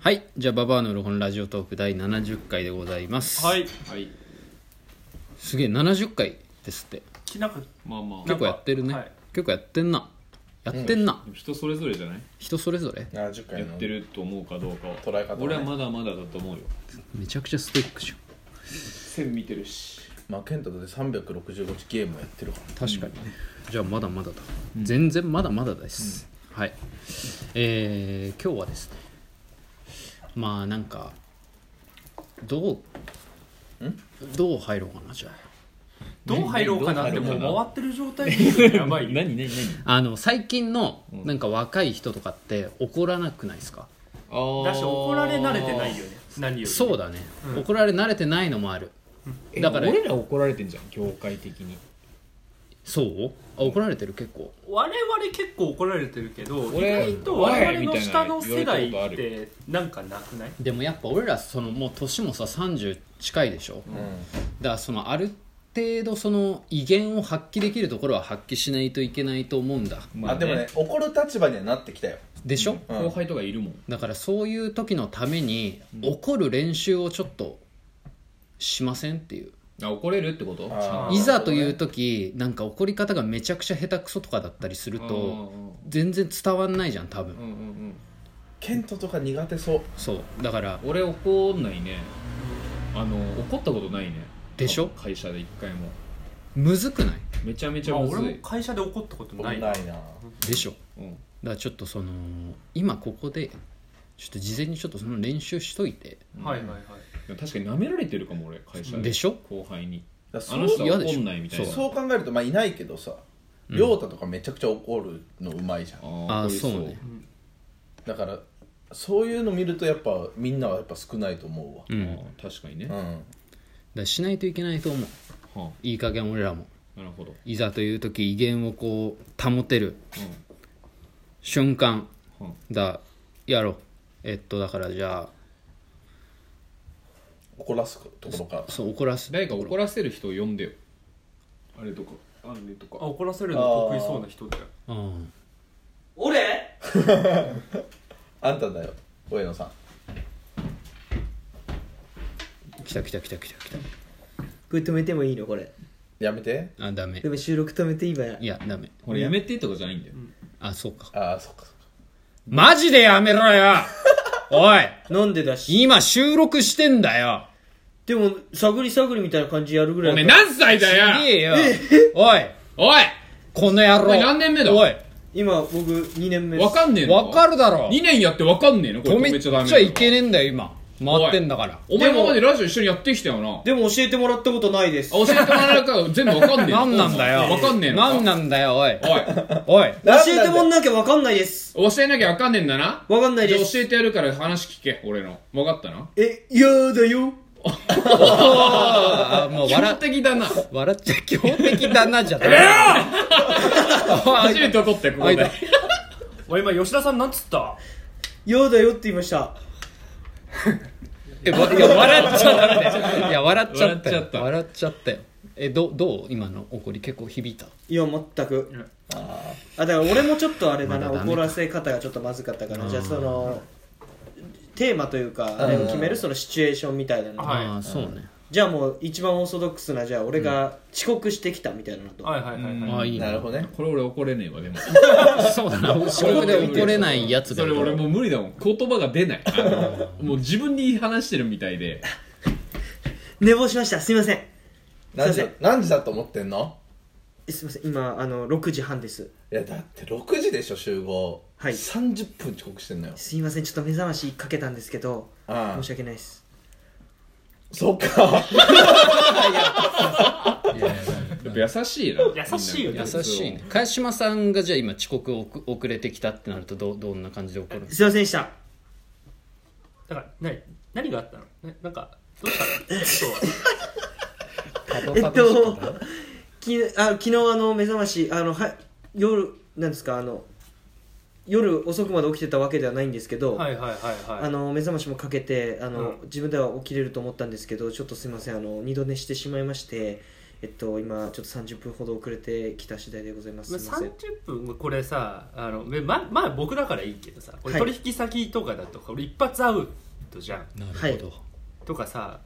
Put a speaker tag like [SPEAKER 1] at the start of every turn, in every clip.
[SPEAKER 1] はいじゃあババアのロホンラジオトーク第70回でございます、
[SPEAKER 2] はい
[SPEAKER 3] はい
[SPEAKER 1] すげえ70回ですって
[SPEAKER 2] きなんか
[SPEAKER 3] まあまあ
[SPEAKER 1] 結構やってるね、
[SPEAKER 2] はい
[SPEAKER 1] 結構やってんなやってんな、
[SPEAKER 3] でも人それぞれじゃない
[SPEAKER 1] 人それぞれ
[SPEAKER 4] 70
[SPEAKER 3] や
[SPEAKER 4] 回
[SPEAKER 3] っ
[SPEAKER 4] の
[SPEAKER 3] てると思うかどうかは
[SPEAKER 4] 捉え方はね
[SPEAKER 3] 俺はまだまだだと思うよ
[SPEAKER 1] めちゃくちゃストイックじゃん
[SPEAKER 3] 線見てるし
[SPEAKER 4] まあ健太だって365日ゲームやってるから
[SPEAKER 1] 確かにね、じゃあまだまだだ、全然まだまだです、はいえー、今日はですねまあなんかどうんどう入ろうかなじゃあ
[SPEAKER 2] どう入ろうかなって
[SPEAKER 3] どう入ろ
[SPEAKER 2] も
[SPEAKER 3] うかな
[SPEAKER 2] う回ってる状態 でやばい
[SPEAKER 3] 何何何
[SPEAKER 1] あの最近のなんか若い人とかって怒らなくないですか
[SPEAKER 3] あー
[SPEAKER 2] だし怒られ慣れてないよね何より
[SPEAKER 1] そう
[SPEAKER 2] だ
[SPEAKER 1] だね、
[SPEAKER 2] うん
[SPEAKER 1] 怒られ慣れてないのもある
[SPEAKER 3] え
[SPEAKER 1] だから
[SPEAKER 3] 俺ら怒られてんじゃん業界的に
[SPEAKER 1] そうあ怒られてる結構
[SPEAKER 2] 我々結構怒られてるけど意
[SPEAKER 3] 俺
[SPEAKER 2] 外と我々の
[SPEAKER 3] おいみた
[SPEAKER 2] 下
[SPEAKER 3] いな
[SPEAKER 2] の世代
[SPEAKER 3] 言わ
[SPEAKER 2] っ
[SPEAKER 3] れたこ
[SPEAKER 2] てなんかなくない
[SPEAKER 1] でもやっぱ俺らそのもう年もさ30近いでしょ、だからそのある程度その威厳を発揮できるところは発揮しないといけないと思うんだ
[SPEAKER 4] あ,、でもね怒る立場にはなってきたよ
[SPEAKER 1] でしょ、
[SPEAKER 4] うん
[SPEAKER 3] 後輩とかいるもん
[SPEAKER 1] だからそういう時のために怒る練習をちょっとしませんっていう
[SPEAKER 3] あ怒れるってこと
[SPEAKER 4] あー
[SPEAKER 3] ちゃん
[SPEAKER 2] あ
[SPEAKER 1] いざという時なんか怒り方がめちゃくちゃ下手くそとかだったりすると全然伝わんないじゃん多分、
[SPEAKER 3] うんうんうん
[SPEAKER 4] 健太とか苦手そう
[SPEAKER 1] そうだから
[SPEAKER 3] 俺怒んないねあの怒ったことないね
[SPEAKER 1] でしょ
[SPEAKER 3] 会社で一回も
[SPEAKER 1] むずくない
[SPEAKER 3] めちゃめち
[SPEAKER 2] ま
[SPEAKER 3] ゃ
[SPEAKER 2] あ
[SPEAKER 3] む
[SPEAKER 2] 俺
[SPEAKER 3] ず
[SPEAKER 2] も
[SPEAKER 3] い
[SPEAKER 2] 会社で怒ったこと
[SPEAKER 4] な
[SPEAKER 2] ないい
[SPEAKER 4] な
[SPEAKER 2] ない
[SPEAKER 1] でしょだか
[SPEAKER 3] うん
[SPEAKER 1] らちょっとその今ここでちょっと事前にちょっとその練習しといて
[SPEAKER 2] はいはいはい
[SPEAKER 3] でも確かに舐められてるかも俺会社
[SPEAKER 1] でしょ
[SPEAKER 3] 後輩に
[SPEAKER 4] だか
[SPEAKER 3] あ
[SPEAKER 4] ら
[SPEAKER 3] の
[SPEAKER 4] そ
[SPEAKER 3] 人は
[SPEAKER 1] 嫌でしょ
[SPEAKER 3] 怒んないみたいうな
[SPEAKER 4] そう考えるとまあいないけどさ亮太、とかめちゃくちゃ怒るのうまいじゃん
[SPEAKER 1] あ
[SPEAKER 3] 怒
[SPEAKER 1] あ
[SPEAKER 3] り
[SPEAKER 1] そうね
[SPEAKER 4] だからそういうの見るとやっぱみんなはやっぱ少ないと思
[SPEAKER 1] うんだか
[SPEAKER 3] あー確かにね、
[SPEAKER 4] うわ
[SPEAKER 3] は
[SPEAKER 4] うん
[SPEAKER 1] らしないといけないと思ういい加減俺らも
[SPEAKER 3] あ、なるほど、
[SPEAKER 1] いざという時威厳をこう保てる
[SPEAKER 3] う
[SPEAKER 1] 瞬間
[SPEAKER 3] んうん
[SPEAKER 1] だやろうえっとだからじゃ
[SPEAKER 4] 怒らすところから
[SPEAKER 1] あそう怒らす
[SPEAKER 3] 誰か怒らせる人を呼んでよあれとかあれと
[SPEAKER 2] あ
[SPEAKER 3] か
[SPEAKER 2] 怒らせるの得意そうな人だよ
[SPEAKER 1] うん
[SPEAKER 2] 俺
[SPEAKER 4] あんただよ上野さん
[SPEAKER 1] 来た来た来た来た来
[SPEAKER 5] これ止めてもいいのこれ
[SPEAKER 4] やめて
[SPEAKER 1] たあダメ
[SPEAKER 5] でも収録止めて今
[SPEAKER 1] いやダメ
[SPEAKER 3] これやめてとかじゃないんだよ、
[SPEAKER 1] あそうか
[SPEAKER 4] ああそっかそっか
[SPEAKER 1] マジでやめろよ おい
[SPEAKER 5] なんでだし
[SPEAKER 1] 今収録してんだよ
[SPEAKER 5] でも探り探りみたいな感じやるぐらい
[SPEAKER 3] おめえ
[SPEAKER 5] だから
[SPEAKER 3] 何歳だ
[SPEAKER 1] い
[SPEAKER 3] よ
[SPEAKER 1] えよおい
[SPEAKER 3] おい
[SPEAKER 1] この野
[SPEAKER 3] お
[SPEAKER 1] 郎
[SPEAKER 3] い何年目だ
[SPEAKER 1] おい
[SPEAKER 5] 今僕2年目です
[SPEAKER 3] わかんねえの
[SPEAKER 1] わかるだろ
[SPEAKER 3] 2年やってわかんねえのこれ
[SPEAKER 1] 止
[SPEAKER 3] 止
[SPEAKER 1] め
[SPEAKER 3] めちゃダメ
[SPEAKER 1] ちゃいけねえんだよ今回ってんだから
[SPEAKER 3] お前今までラジオ一緒にやってきたよなあ
[SPEAKER 5] でも教えてもらったことないです
[SPEAKER 3] 教えてもらえるから全部わかんねえの
[SPEAKER 1] 何なんだよ
[SPEAKER 3] わかんねえの
[SPEAKER 1] 何なんだよおい
[SPEAKER 3] おい
[SPEAKER 1] おい
[SPEAKER 5] 教えてもらんなきゃわかんないです
[SPEAKER 3] 教えなきゃわかんねえんだな
[SPEAKER 5] わかんない
[SPEAKER 3] じゃ
[SPEAKER 5] で
[SPEAKER 3] あ
[SPEAKER 5] す
[SPEAKER 3] 教えてやるから話聞け俺のわかったな
[SPEAKER 5] えいやだよ
[SPEAKER 1] ああもう
[SPEAKER 3] 基
[SPEAKER 1] 笑
[SPEAKER 3] 本
[SPEAKER 1] っ
[SPEAKER 3] 的だな
[SPEAKER 1] 笑っちゃ強敵だなじゃ ダメ
[SPEAKER 3] 初めて怒ったよここ
[SPEAKER 1] あ
[SPEAKER 3] で
[SPEAKER 1] い
[SPEAKER 2] 俺今吉田さんなんつった
[SPEAKER 5] いやだよって言いました
[SPEAKER 1] えわいや笑っちゃダメだよいや笑っちゃったよ
[SPEAKER 3] 笑っちゃった
[SPEAKER 1] 笑っちゃったよえどどう今の怒り結構響いた
[SPEAKER 5] いや全くあだから俺もちょっとあれだ
[SPEAKER 1] まだ
[SPEAKER 5] な、
[SPEAKER 1] ダメか
[SPEAKER 5] 怒らせ方がちょっとまずかったからじゃあそのテーマというかあれを決めるそのシチュエーションみたいなの、
[SPEAKER 2] はい
[SPEAKER 1] ああそうね
[SPEAKER 5] じゃあもう一番オーソドックスなじゃあ俺が遅刻してきたみたいなのと、
[SPEAKER 2] はいはいはいはい
[SPEAKER 1] ああいい
[SPEAKER 4] なるほどね
[SPEAKER 3] これ俺怒れねえわでも
[SPEAKER 1] そうだ な仕事で怒れないやつだ
[SPEAKER 3] それ
[SPEAKER 1] よ
[SPEAKER 3] 俺もう無理だもん言葉が出ないあのもう自分に話してるみたいで
[SPEAKER 5] 寝坊しましたすいません
[SPEAKER 4] 何時
[SPEAKER 5] すい
[SPEAKER 4] だ
[SPEAKER 5] ませ
[SPEAKER 4] 何時だと思ってんの
[SPEAKER 5] えすいません今あの6時半です
[SPEAKER 4] いやだって6時でしょ集合
[SPEAKER 5] はい
[SPEAKER 4] 30分遅刻してんのよ
[SPEAKER 5] すいませんちょっと目覚ましかけたんですけど
[SPEAKER 4] ああ
[SPEAKER 5] 申し訳ないです
[SPEAKER 4] そっか
[SPEAKER 3] やっぱ優しいな
[SPEAKER 2] 優しいよね
[SPEAKER 1] 優しいね川島さんがじゃあ今遅刻を遅遅れてきたってなるとどうどんな感じで怒るんです
[SPEAKER 5] すいませんでした
[SPEAKER 2] だから何何があったのななんかどうしたの
[SPEAKER 1] か
[SPEAKER 5] えっときあ昨日あの目覚ましあのは夜なんですかあの夜遅くまで起きてたわけではないんですけど、
[SPEAKER 2] はいはいはいは
[SPEAKER 5] あ
[SPEAKER 2] い
[SPEAKER 5] の目覚ましもかけてあの、
[SPEAKER 2] うん
[SPEAKER 5] 自分では起きれると思ったんですけどちょっとすいませんあの二度寝してしまいましてえっと今ちょっと30分ほど遅れてきた次第でございますすいません
[SPEAKER 2] 30分これさあのままあ僕だからいいけどさこれ
[SPEAKER 5] はい
[SPEAKER 2] 取引先とかだとこれ一発アウトじゃん
[SPEAKER 1] な
[SPEAKER 5] はい
[SPEAKER 1] るほど、
[SPEAKER 2] とかさ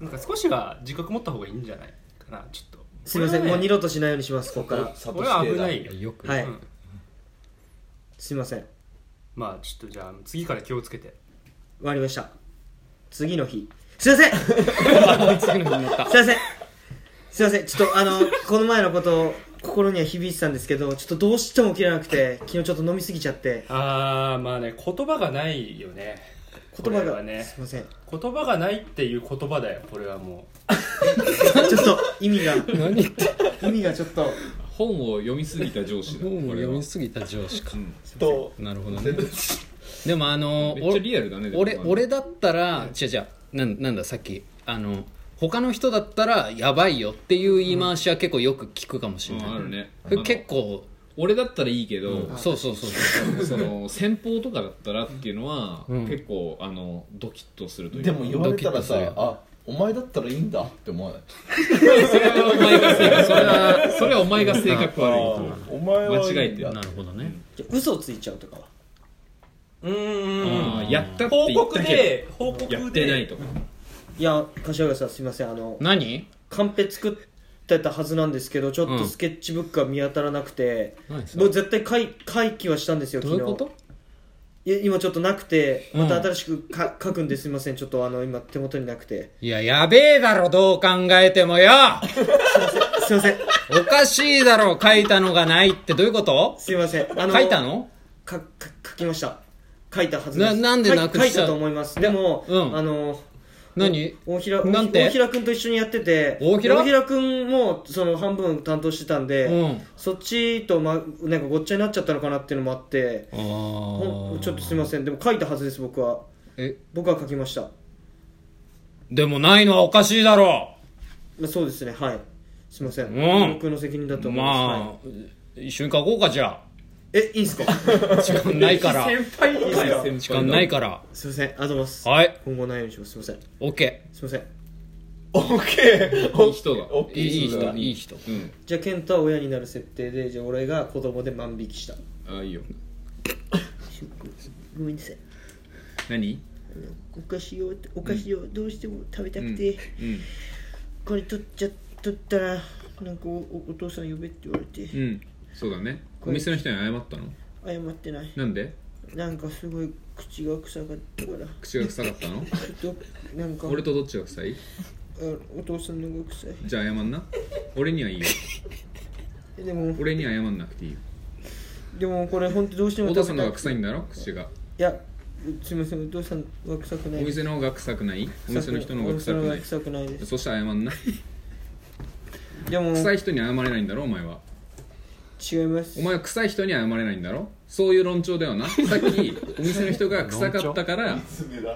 [SPEAKER 2] なんか少しは自覚持った方がいいんじゃないかなちょっと
[SPEAKER 5] すいません
[SPEAKER 2] これ
[SPEAKER 5] も
[SPEAKER 2] は
[SPEAKER 5] う
[SPEAKER 2] ね
[SPEAKER 5] 二度としないようにしますここから
[SPEAKER 4] サ
[SPEAKER 2] これは危ないいよ
[SPEAKER 1] よく、
[SPEAKER 5] はい
[SPEAKER 2] うん
[SPEAKER 5] すいません
[SPEAKER 2] まあちょっとじゃあ次から気をつけて
[SPEAKER 5] 終わりました次の日すいま せん
[SPEAKER 1] 次の日になった
[SPEAKER 5] すいませんすいませんちょっとあのこの前のことを心には響いてたんですけどちょっとどうしても起きれなくて昨日ちょっと飲みすぎちゃって
[SPEAKER 2] ああまあね言葉がないよね
[SPEAKER 5] 言葉
[SPEAKER 2] これ
[SPEAKER 5] が、
[SPEAKER 2] はね
[SPEAKER 5] すいません
[SPEAKER 2] 言葉がないっていう言葉だよこれはも
[SPEAKER 5] ちょっと意味が
[SPEAKER 1] 何言って
[SPEAKER 5] 意味がちょっと
[SPEAKER 3] 本を読みすぎた上司だ
[SPEAKER 1] 本を
[SPEAKER 3] これ
[SPEAKER 1] 読
[SPEAKER 3] は
[SPEAKER 1] みすぎた上司か
[SPEAKER 3] うん
[SPEAKER 4] と
[SPEAKER 1] なるほどねでもあの
[SPEAKER 3] めっちゃリアルだねでも
[SPEAKER 1] 俺俺だったら違う違うなんなんださっきあの他の人だったらやばいよっていう言い回しは結構よく聞くかもし
[SPEAKER 3] う
[SPEAKER 1] れ
[SPEAKER 3] ん
[SPEAKER 1] ない、
[SPEAKER 3] あるね
[SPEAKER 1] これ結構
[SPEAKER 3] 俺だったらいいけど、
[SPEAKER 1] そうそうそう
[SPEAKER 3] その先方とかだったらっていうのは、
[SPEAKER 1] うん
[SPEAKER 3] 結構あのドキッとするという
[SPEAKER 4] でも言われたらさ
[SPEAKER 1] ドキッとする
[SPEAKER 4] あお前だったらいいんだって思わない
[SPEAKER 3] それはお前が性格それはそれはお前が性格悪い
[SPEAKER 4] あお前はいいんだ
[SPEAKER 3] 間違えてる
[SPEAKER 1] なるほどね
[SPEAKER 5] 嘘をついちゃうとかは
[SPEAKER 2] ううーん
[SPEAKER 3] あーやったって
[SPEAKER 2] 報
[SPEAKER 3] 言った
[SPEAKER 2] 告
[SPEAKER 3] け
[SPEAKER 2] で報告
[SPEAKER 3] ど
[SPEAKER 2] で
[SPEAKER 3] やってないとか
[SPEAKER 5] いや柏木さんすいませんあの
[SPEAKER 1] 何
[SPEAKER 5] カンペ作ってたはずなんですけどちょっ
[SPEAKER 1] う
[SPEAKER 5] と
[SPEAKER 1] ん
[SPEAKER 5] スケッチブックが見当たらなくて、
[SPEAKER 1] 何ですか
[SPEAKER 5] もう絶対回回帰はしたんですよ
[SPEAKER 1] ど
[SPEAKER 5] 昨
[SPEAKER 1] うい
[SPEAKER 5] 日
[SPEAKER 1] うこと
[SPEAKER 5] いや今ちょっとなくて
[SPEAKER 1] うん
[SPEAKER 5] また新しくか、書くんですいませんちょっとあの今手元になくて
[SPEAKER 1] いややべえだろどう考えてもよ
[SPEAKER 5] すいません
[SPEAKER 1] おかしいだろ書いたのがないってどういうこと
[SPEAKER 5] すいませんあ
[SPEAKER 1] 書いたの
[SPEAKER 5] かか書きました書いたはずです
[SPEAKER 1] ななんでなくし
[SPEAKER 5] 書
[SPEAKER 1] た
[SPEAKER 5] い書いたと思いますでも、
[SPEAKER 1] うん
[SPEAKER 5] あの
[SPEAKER 1] 何
[SPEAKER 5] 大平
[SPEAKER 1] なんて
[SPEAKER 5] 大平君と一緒にやってて
[SPEAKER 1] 大平
[SPEAKER 5] 君もその半分担当してたんで、
[SPEAKER 1] うん
[SPEAKER 5] そっちと、ま、なんかごっちゃになっちゃったのかなっていうのもあって
[SPEAKER 1] あ
[SPEAKER 5] ほん
[SPEAKER 1] ー
[SPEAKER 5] ちょっとすみませんでも書いたはずです僕は
[SPEAKER 1] え
[SPEAKER 5] 僕は書きました
[SPEAKER 1] でもないのはおかしいだろ
[SPEAKER 5] まあそうですねはいすみません、
[SPEAKER 1] うん
[SPEAKER 5] 僕の責任だと思います、はい
[SPEAKER 1] まあ一緒に書こうかじゃ
[SPEAKER 5] えいいんすか
[SPEAKER 1] あ時間ないから
[SPEAKER 2] 先輩に
[SPEAKER 5] いいっすよ
[SPEAKER 1] 時間ないから
[SPEAKER 5] すみませんありがとうございます
[SPEAKER 1] はい
[SPEAKER 5] 今後ないようにしますすみません
[SPEAKER 1] OK
[SPEAKER 5] すみません
[SPEAKER 4] オッケー
[SPEAKER 3] いい人だ
[SPEAKER 4] オッケ
[SPEAKER 1] い
[SPEAKER 4] ー
[SPEAKER 1] い人
[SPEAKER 4] だ
[SPEAKER 1] いい人
[SPEAKER 3] うん
[SPEAKER 5] じゃあ健太は親になる設定でじゃあ俺が子供で万引きした
[SPEAKER 3] あいいよ
[SPEAKER 5] ごめんなさい
[SPEAKER 3] 何
[SPEAKER 5] お菓子をお菓子をどうしても食べたくて、
[SPEAKER 3] うん
[SPEAKER 5] これ取っちゃ取ったらなんかおおお父さん呼べって言われて、
[SPEAKER 3] うんそうだねお店の人に謝ったの
[SPEAKER 5] 謝ってない
[SPEAKER 3] なんで
[SPEAKER 5] なんかすごい口が臭かったから
[SPEAKER 3] 口が臭かったの
[SPEAKER 5] ちょっとなんか
[SPEAKER 3] 俺とどっちが臭い
[SPEAKER 5] あお父さんの方が臭い
[SPEAKER 3] じゃあ謝んな俺にはいい よ
[SPEAKER 5] えでも
[SPEAKER 3] 俺には謝んなくていいよ
[SPEAKER 5] でもこれ本当どうしても
[SPEAKER 3] お
[SPEAKER 5] 食べ
[SPEAKER 3] 父
[SPEAKER 5] た
[SPEAKER 3] さん
[SPEAKER 5] く
[SPEAKER 3] の方
[SPEAKER 5] ない
[SPEAKER 3] が臭いんだろ口が
[SPEAKER 5] やすみませんお父さんは臭くな
[SPEAKER 3] お
[SPEAKER 5] い
[SPEAKER 3] 店の方が臭くないお店の人の方が臭
[SPEAKER 5] お
[SPEAKER 3] く
[SPEAKER 5] 店の
[SPEAKER 3] な
[SPEAKER 5] 方
[SPEAKER 3] い
[SPEAKER 5] が臭くないです
[SPEAKER 3] そしたら謝んな
[SPEAKER 5] でも
[SPEAKER 3] 臭い人に謝れないんだろお前は
[SPEAKER 5] 違います
[SPEAKER 3] お前は臭い人には謝れないんだろそういう論調だよなさっきお店の人が臭かったから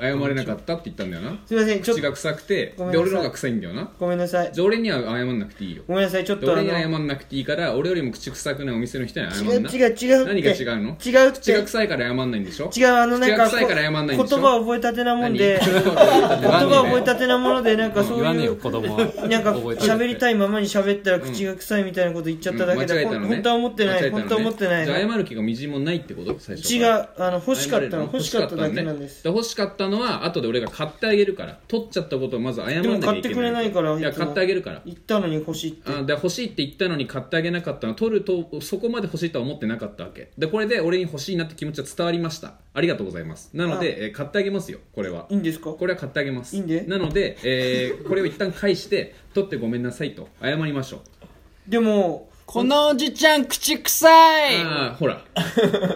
[SPEAKER 3] 謝れなかったって言ったんだよな
[SPEAKER 5] すみませんちょっ
[SPEAKER 3] 口
[SPEAKER 5] と
[SPEAKER 3] が臭くて
[SPEAKER 5] ごめん
[SPEAKER 3] で
[SPEAKER 5] なさ
[SPEAKER 3] 俺
[SPEAKER 5] い
[SPEAKER 3] の方が臭いんだよな
[SPEAKER 5] ごめんなさい
[SPEAKER 3] じゃあ俺には謝んなくていいよ
[SPEAKER 5] ごめんなさいちょっ
[SPEAKER 3] で
[SPEAKER 5] とあ
[SPEAKER 3] 俺
[SPEAKER 5] の
[SPEAKER 3] に謝んなくていいから俺よりも口臭くないお店の人には謝
[SPEAKER 5] 違うん
[SPEAKER 3] な
[SPEAKER 5] 違う違うって
[SPEAKER 3] 何が違うの
[SPEAKER 5] 違うって
[SPEAKER 3] 口が臭いから謝んないんでしょ
[SPEAKER 5] 違うあのなんか
[SPEAKER 3] 口が臭いから謝んないんでしょ
[SPEAKER 5] 言葉を覚えたてなもんで
[SPEAKER 3] 何
[SPEAKER 5] 言葉を覚えたてなものでなんかそう
[SPEAKER 1] 言わねえ
[SPEAKER 5] い
[SPEAKER 1] よ
[SPEAKER 5] う
[SPEAKER 1] 子供は
[SPEAKER 5] なんか
[SPEAKER 1] 覚えてる
[SPEAKER 5] 喋りたいままに喋ったら口が臭いみたいなこと言っちゃっただけで、
[SPEAKER 3] うん間違えたのね
[SPEAKER 5] 本当は思ってな
[SPEAKER 3] 間違えた
[SPEAKER 5] い
[SPEAKER 3] の
[SPEAKER 5] 本
[SPEAKER 3] ね
[SPEAKER 5] 当は思ってない
[SPEAKER 3] じ
[SPEAKER 5] の
[SPEAKER 3] ゃあ謝る気がみじんもないってこと最初
[SPEAKER 5] 違
[SPEAKER 3] から
[SPEAKER 5] うあの欲しかったの欲しかっただけなんです
[SPEAKER 3] で欲しかったのは後で俺が買ってあげるから取っちゃったことをまず謝らなきゃいけない
[SPEAKER 5] でも買ってくれないから
[SPEAKER 3] いや
[SPEAKER 5] いつも
[SPEAKER 3] 買ってあげるから
[SPEAKER 5] 言ったのに欲しいって
[SPEAKER 3] あで欲しいって言ったのに買ってあげなかったの取るとそこまで欲しいとは思ってなかったわけでこれで俺に欲しいなって気持ちは伝わりましたありがとうございますなので、えー買ってあげますよこれはい
[SPEAKER 5] いんですか
[SPEAKER 3] これは買ってあげます
[SPEAKER 5] いいんで
[SPEAKER 3] なので、えーこれを一旦返して取ってごめんなさいと謝りましょう
[SPEAKER 5] でも
[SPEAKER 1] このおじちゃん口臭い
[SPEAKER 3] ああほら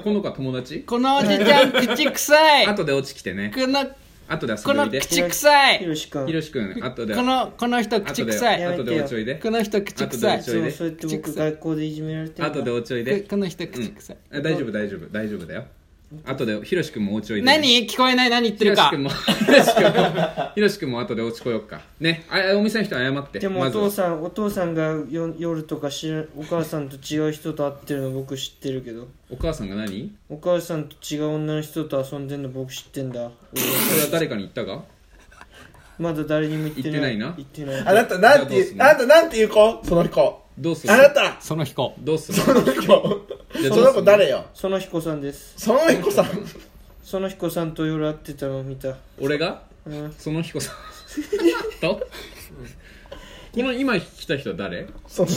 [SPEAKER 3] この子は友達
[SPEAKER 1] このおじちゃん口臭 いこ
[SPEAKER 3] 後で落ち来てね
[SPEAKER 1] の
[SPEAKER 3] 後で遊
[SPEAKER 1] こ
[SPEAKER 3] んで
[SPEAKER 1] の
[SPEAKER 3] おいで
[SPEAKER 1] 口臭
[SPEAKER 5] ひ
[SPEAKER 1] い
[SPEAKER 5] ろし君
[SPEAKER 3] ひろしくん後で
[SPEAKER 1] このこの人口
[SPEAKER 3] 後で
[SPEAKER 1] 臭
[SPEAKER 5] やめ
[SPEAKER 1] い
[SPEAKER 3] 後
[SPEAKER 5] てよ
[SPEAKER 3] でおちおいで
[SPEAKER 1] この人口臭い
[SPEAKER 5] いつもそうやって僕学校でいじめられてる
[SPEAKER 3] 後でおちおいで
[SPEAKER 1] この人口臭い
[SPEAKER 3] あ大丈夫大丈夫大丈夫だよ後でひろしくんもおちおいで
[SPEAKER 1] 何聞こえない何言って
[SPEAKER 3] ひ
[SPEAKER 1] る
[SPEAKER 3] ろし
[SPEAKER 1] か
[SPEAKER 3] くんもひろしくんもひろしくんも後で落ちこよっかねあお店の人謝って
[SPEAKER 5] でもお
[SPEAKER 3] まず
[SPEAKER 5] 父さん、お父さんがよ夜とか知らお母さんと違う人と会ってるの僕知ってるけど
[SPEAKER 3] お母さんが何
[SPEAKER 5] お母さんと違う女の人と遊んでんの僕知ってんだ
[SPEAKER 3] それは誰かに言ったか
[SPEAKER 5] まだ誰にも言ってな
[SPEAKER 3] 言ってない
[SPEAKER 5] い
[SPEAKER 3] な
[SPEAKER 5] 言ってない
[SPEAKER 4] あなたなんていう
[SPEAKER 3] じゃ
[SPEAKER 4] あ
[SPEAKER 3] あ
[SPEAKER 4] なたなんていう子その子
[SPEAKER 3] どうする
[SPEAKER 4] あなた
[SPEAKER 1] その飛行
[SPEAKER 3] どうする
[SPEAKER 4] その子
[SPEAKER 3] じゃあ
[SPEAKER 4] その子誰よ
[SPEAKER 5] その彦さんです
[SPEAKER 4] その子さん
[SPEAKER 5] その彦さんと夜会ってたのを見た
[SPEAKER 3] 俺が
[SPEAKER 5] うん
[SPEAKER 3] その彦さんとこの今来た人は誰
[SPEAKER 4] その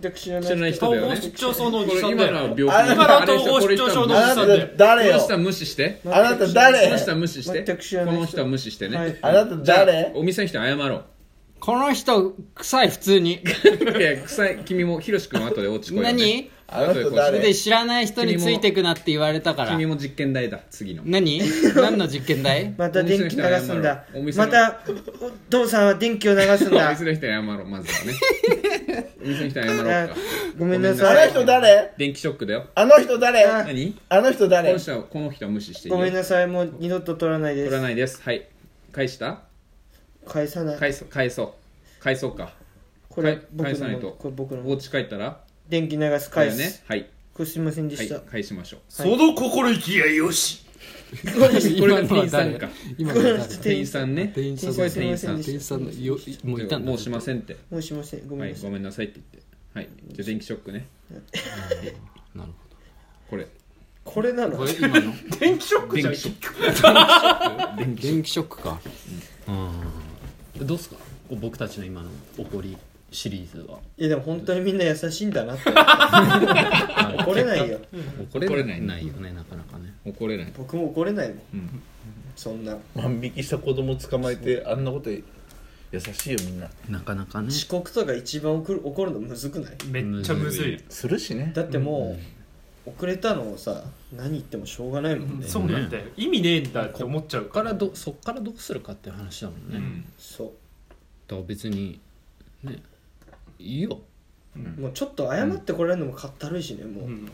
[SPEAKER 5] 全く知らない
[SPEAKER 3] 知らない人
[SPEAKER 2] 統
[SPEAKER 3] だよ
[SPEAKER 2] 合
[SPEAKER 3] ね
[SPEAKER 2] 失調症のお
[SPEAKER 3] こ
[SPEAKER 2] じ
[SPEAKER 3] れ
[SPEAKER 2] さん
[SPEAKER 3] 今
[SPEAKER 2] だ
[SPEAKER 3] のは
[SPEAKER 2] よ
[SPEAKER 3] 病気
[SPEAKER 4] あな
[SPEAKER 2] た統合失調症
[SPEAKER 4] あ
[SPEAKER 2] のおじ
[SPEAKER 4] な
[SPEAKER 2] さ
[SPEAKER 4] た
[SPEAKER 2] んで
[SPEAKER 4] 誰
[SPEAKER 3] こ
[SPEAKER 4] よ
[SPEAKER 3] の人は無視して
[SPEAKER 5] 全
[SPEAKER 4] あな
[SPEAKER 5] く
[SPEAKER 4] た
[SPEAKER 5] 知らない
[SPEAKER 4] 誰
[SPEAKER 3] この人は無視して
[SPEAKER 5] 全く知ら
[SPEAKER 3] こ
[SPEAKER 5] ない人
[SPEAKER 3] の人は無視してね、
[SPEAKER 5] はい
[SPEAKER 4] あなた誰
[SPEAKER 3] お店の人謝ろう
[SPEAKER 1] この人臭い普通に
[SPEAKER 3] いや臭い君もひろし君は後で落ちこいよ、ね、
[SPEAKER 1] 何
[SPEAKER 4] あなた誰
[SPEAKER 1] で知らない人についてくなって言われたから
[SPEAKER 3] 君も実験台だ次の
[SPEAKER 1] 何何の実験台
[SPEAKER 5] また電気流すんだ
[SPEAKER 3] お店の
[SPEAKER 5] ま
[SPEAKER 3] 人謝
[SPEAKER 5] たお父さんは電気を流す ん
[SPEAKER 3] お
[SPEAKER 5] だ
[SPEAKER 3] 店の人謝ろうまずは ねお店の人謝ろうか
[SPEAKER 5] ごめんな
[SPEAKER 4] あ
[SPEAKER 5] さ
[SPEAKER 4] の
[SPEAKER 5] い
[SPEAKER 4] 人誰
[SPEAKER 3] 電気ショックだよ
[SPEAKER 4] あの人誰
[SPEAKER 5] あ
[SPEAKER 3] 何こ
[SPEAKER 4] あの人誰
[SPEAKER 3] の人はこの人は無視していい
[SPEAKER 5] ご
[SPEAKER 3] よ
[SPEAKER 5] めんなさいもう二度と取らないで
[SPEAKER 3] 取ら
[SPEAKER 5] す
[SPEAKER 3] ないですはい返した
[SPEAKER 5] 返さない
[SPEAKER 3] 返そう返そう返そうか
[SPEAKER 5] これ
[SPEAKER 3] 返
[SPEAKER 5] 僕
[SPEAKER 3] 返さない
[SPEAKER 5] の
[SPEAKER 3] と
[SPEAKER 5] これ僕
[SPEAKER 3] お
[SPEAKER 5] の
[SPEAKER 3] 家帰ったら
[SPEAKER 5] 電気流す
[SPEAKER 3] だ
[SPEAKER 5] 返
[SPEAKER 3] よね
[SPEAKER 5] す
[SPEAKER 3] はい
[SPEAKER 5] これすいませんで
[SPEAKER 3] はい
[SPEAKER 5] した
[SPEAKER 3] 返しましょう
[SPEAKER 2] その心意気やよし
[SPEAKER 3] これが
[SPEAKER 1] 今の
[SPEAKER 3] 店
[SPEAKER 1] は
[SPEAKER 3] 員さん
[SPEAKER 1] 誰
[SPEAKER 3] か
[SPEAKER 1] 今のは誰
[SPEAKER 5] 店
[SPEAKER 3] 店
[SPEAKER 5] 員
[SPEAKER 3] 員さんね
[SPEAKER 1] 店員さん
[SPEAKER 5] 店員さん
[SPEAKER 1] 店員さん
[SPEAKER 5] 店
[SPEAKER 1] 店
[SPEAKER 5] 員
[SPEAKER 1] 員
[SPEAKER 5] さ
[SPEAKER 1] さ
[SPEAKER 5] ん
[SPEAKER 1] んのよもういたんだ
[SPEAKER 3] もうしませんって
[SPEAKER 5] もうしませんご
[SPEAKER 3] は
[SPEAKER 5] めん
[SPEAKER 3] い
[SPEAKER 5] なさ
[SPEAKER 3] ご
[SPEAKER 5] い
[SPEAKER 3] めんなさいって言ってはいじゃあ電気ショックね
[SPEAKER 1] なる
[SPEAKER 3] これ
[SPEAKER 5] これな
[SPEAKER 1] ほどこ
[SPEAKER 5] の
[SPEAKER 1] れ今の
[SPEAKER 2] 電気ショックじ
[SPEAKER 3] 電
[SPEAKER 2] ゃん
[SPEAKER 3] 気ショック
[SPEAKER 1] 電気ショックかうんどうすか僕たちの今の怒りシリーズはい
[SPEAKER 5] やでも本当にみんな優しいんだなって怒れないよ
[SPEAKER 1] 怒れ
[SPEAKER 3] 怒れ
[SPEAKER 1] な
[SPEAKER 3] ないい
[SPEAKER 1] よねなかなかね
[SPEAKER 3] 怒れない
[SPEAKER 5] 僕も怒れないもん、
[SPEAKER 3] うん
[SPEAKER 5] そんな
[SPEAKER 4] 万引きした子供捕まえてあんなこと優しいよみんな
[SPEAKER 1] なかなかね
[SPEAKER 5] 遅刻とか一番怒る怒るのむずくない
[SPEAKER 2] めっちゃむずい
[SPEAKER 4] するしね
[SPEAKER 5] だってもう、遅れたのをさ何言ってもしょうがないもんね、
[SPEAKER 2] そうなんだよ意味ねえんだって思っちゃう
[SPEAKER 1] そっか
[SPEAKER 2] から
[SPEAKER 1] らどそっからどうするかっていう話だもんね、だ
[SPEAKER 5] そ
[SPEAKER 1] から別にねいいよ
[SPEAKER 5] うもうちょっと謝ってこられるのもかったるいしねもう、
[SPEAKER 2] うん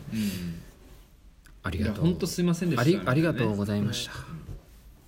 [SPEAKER 1] あり
[SPEAKER 3] いや
[SPEAKER 1] がとう
[SPEAKER 3] 本当すいませんでした
[SPEAKER 1] ありありがとうございました、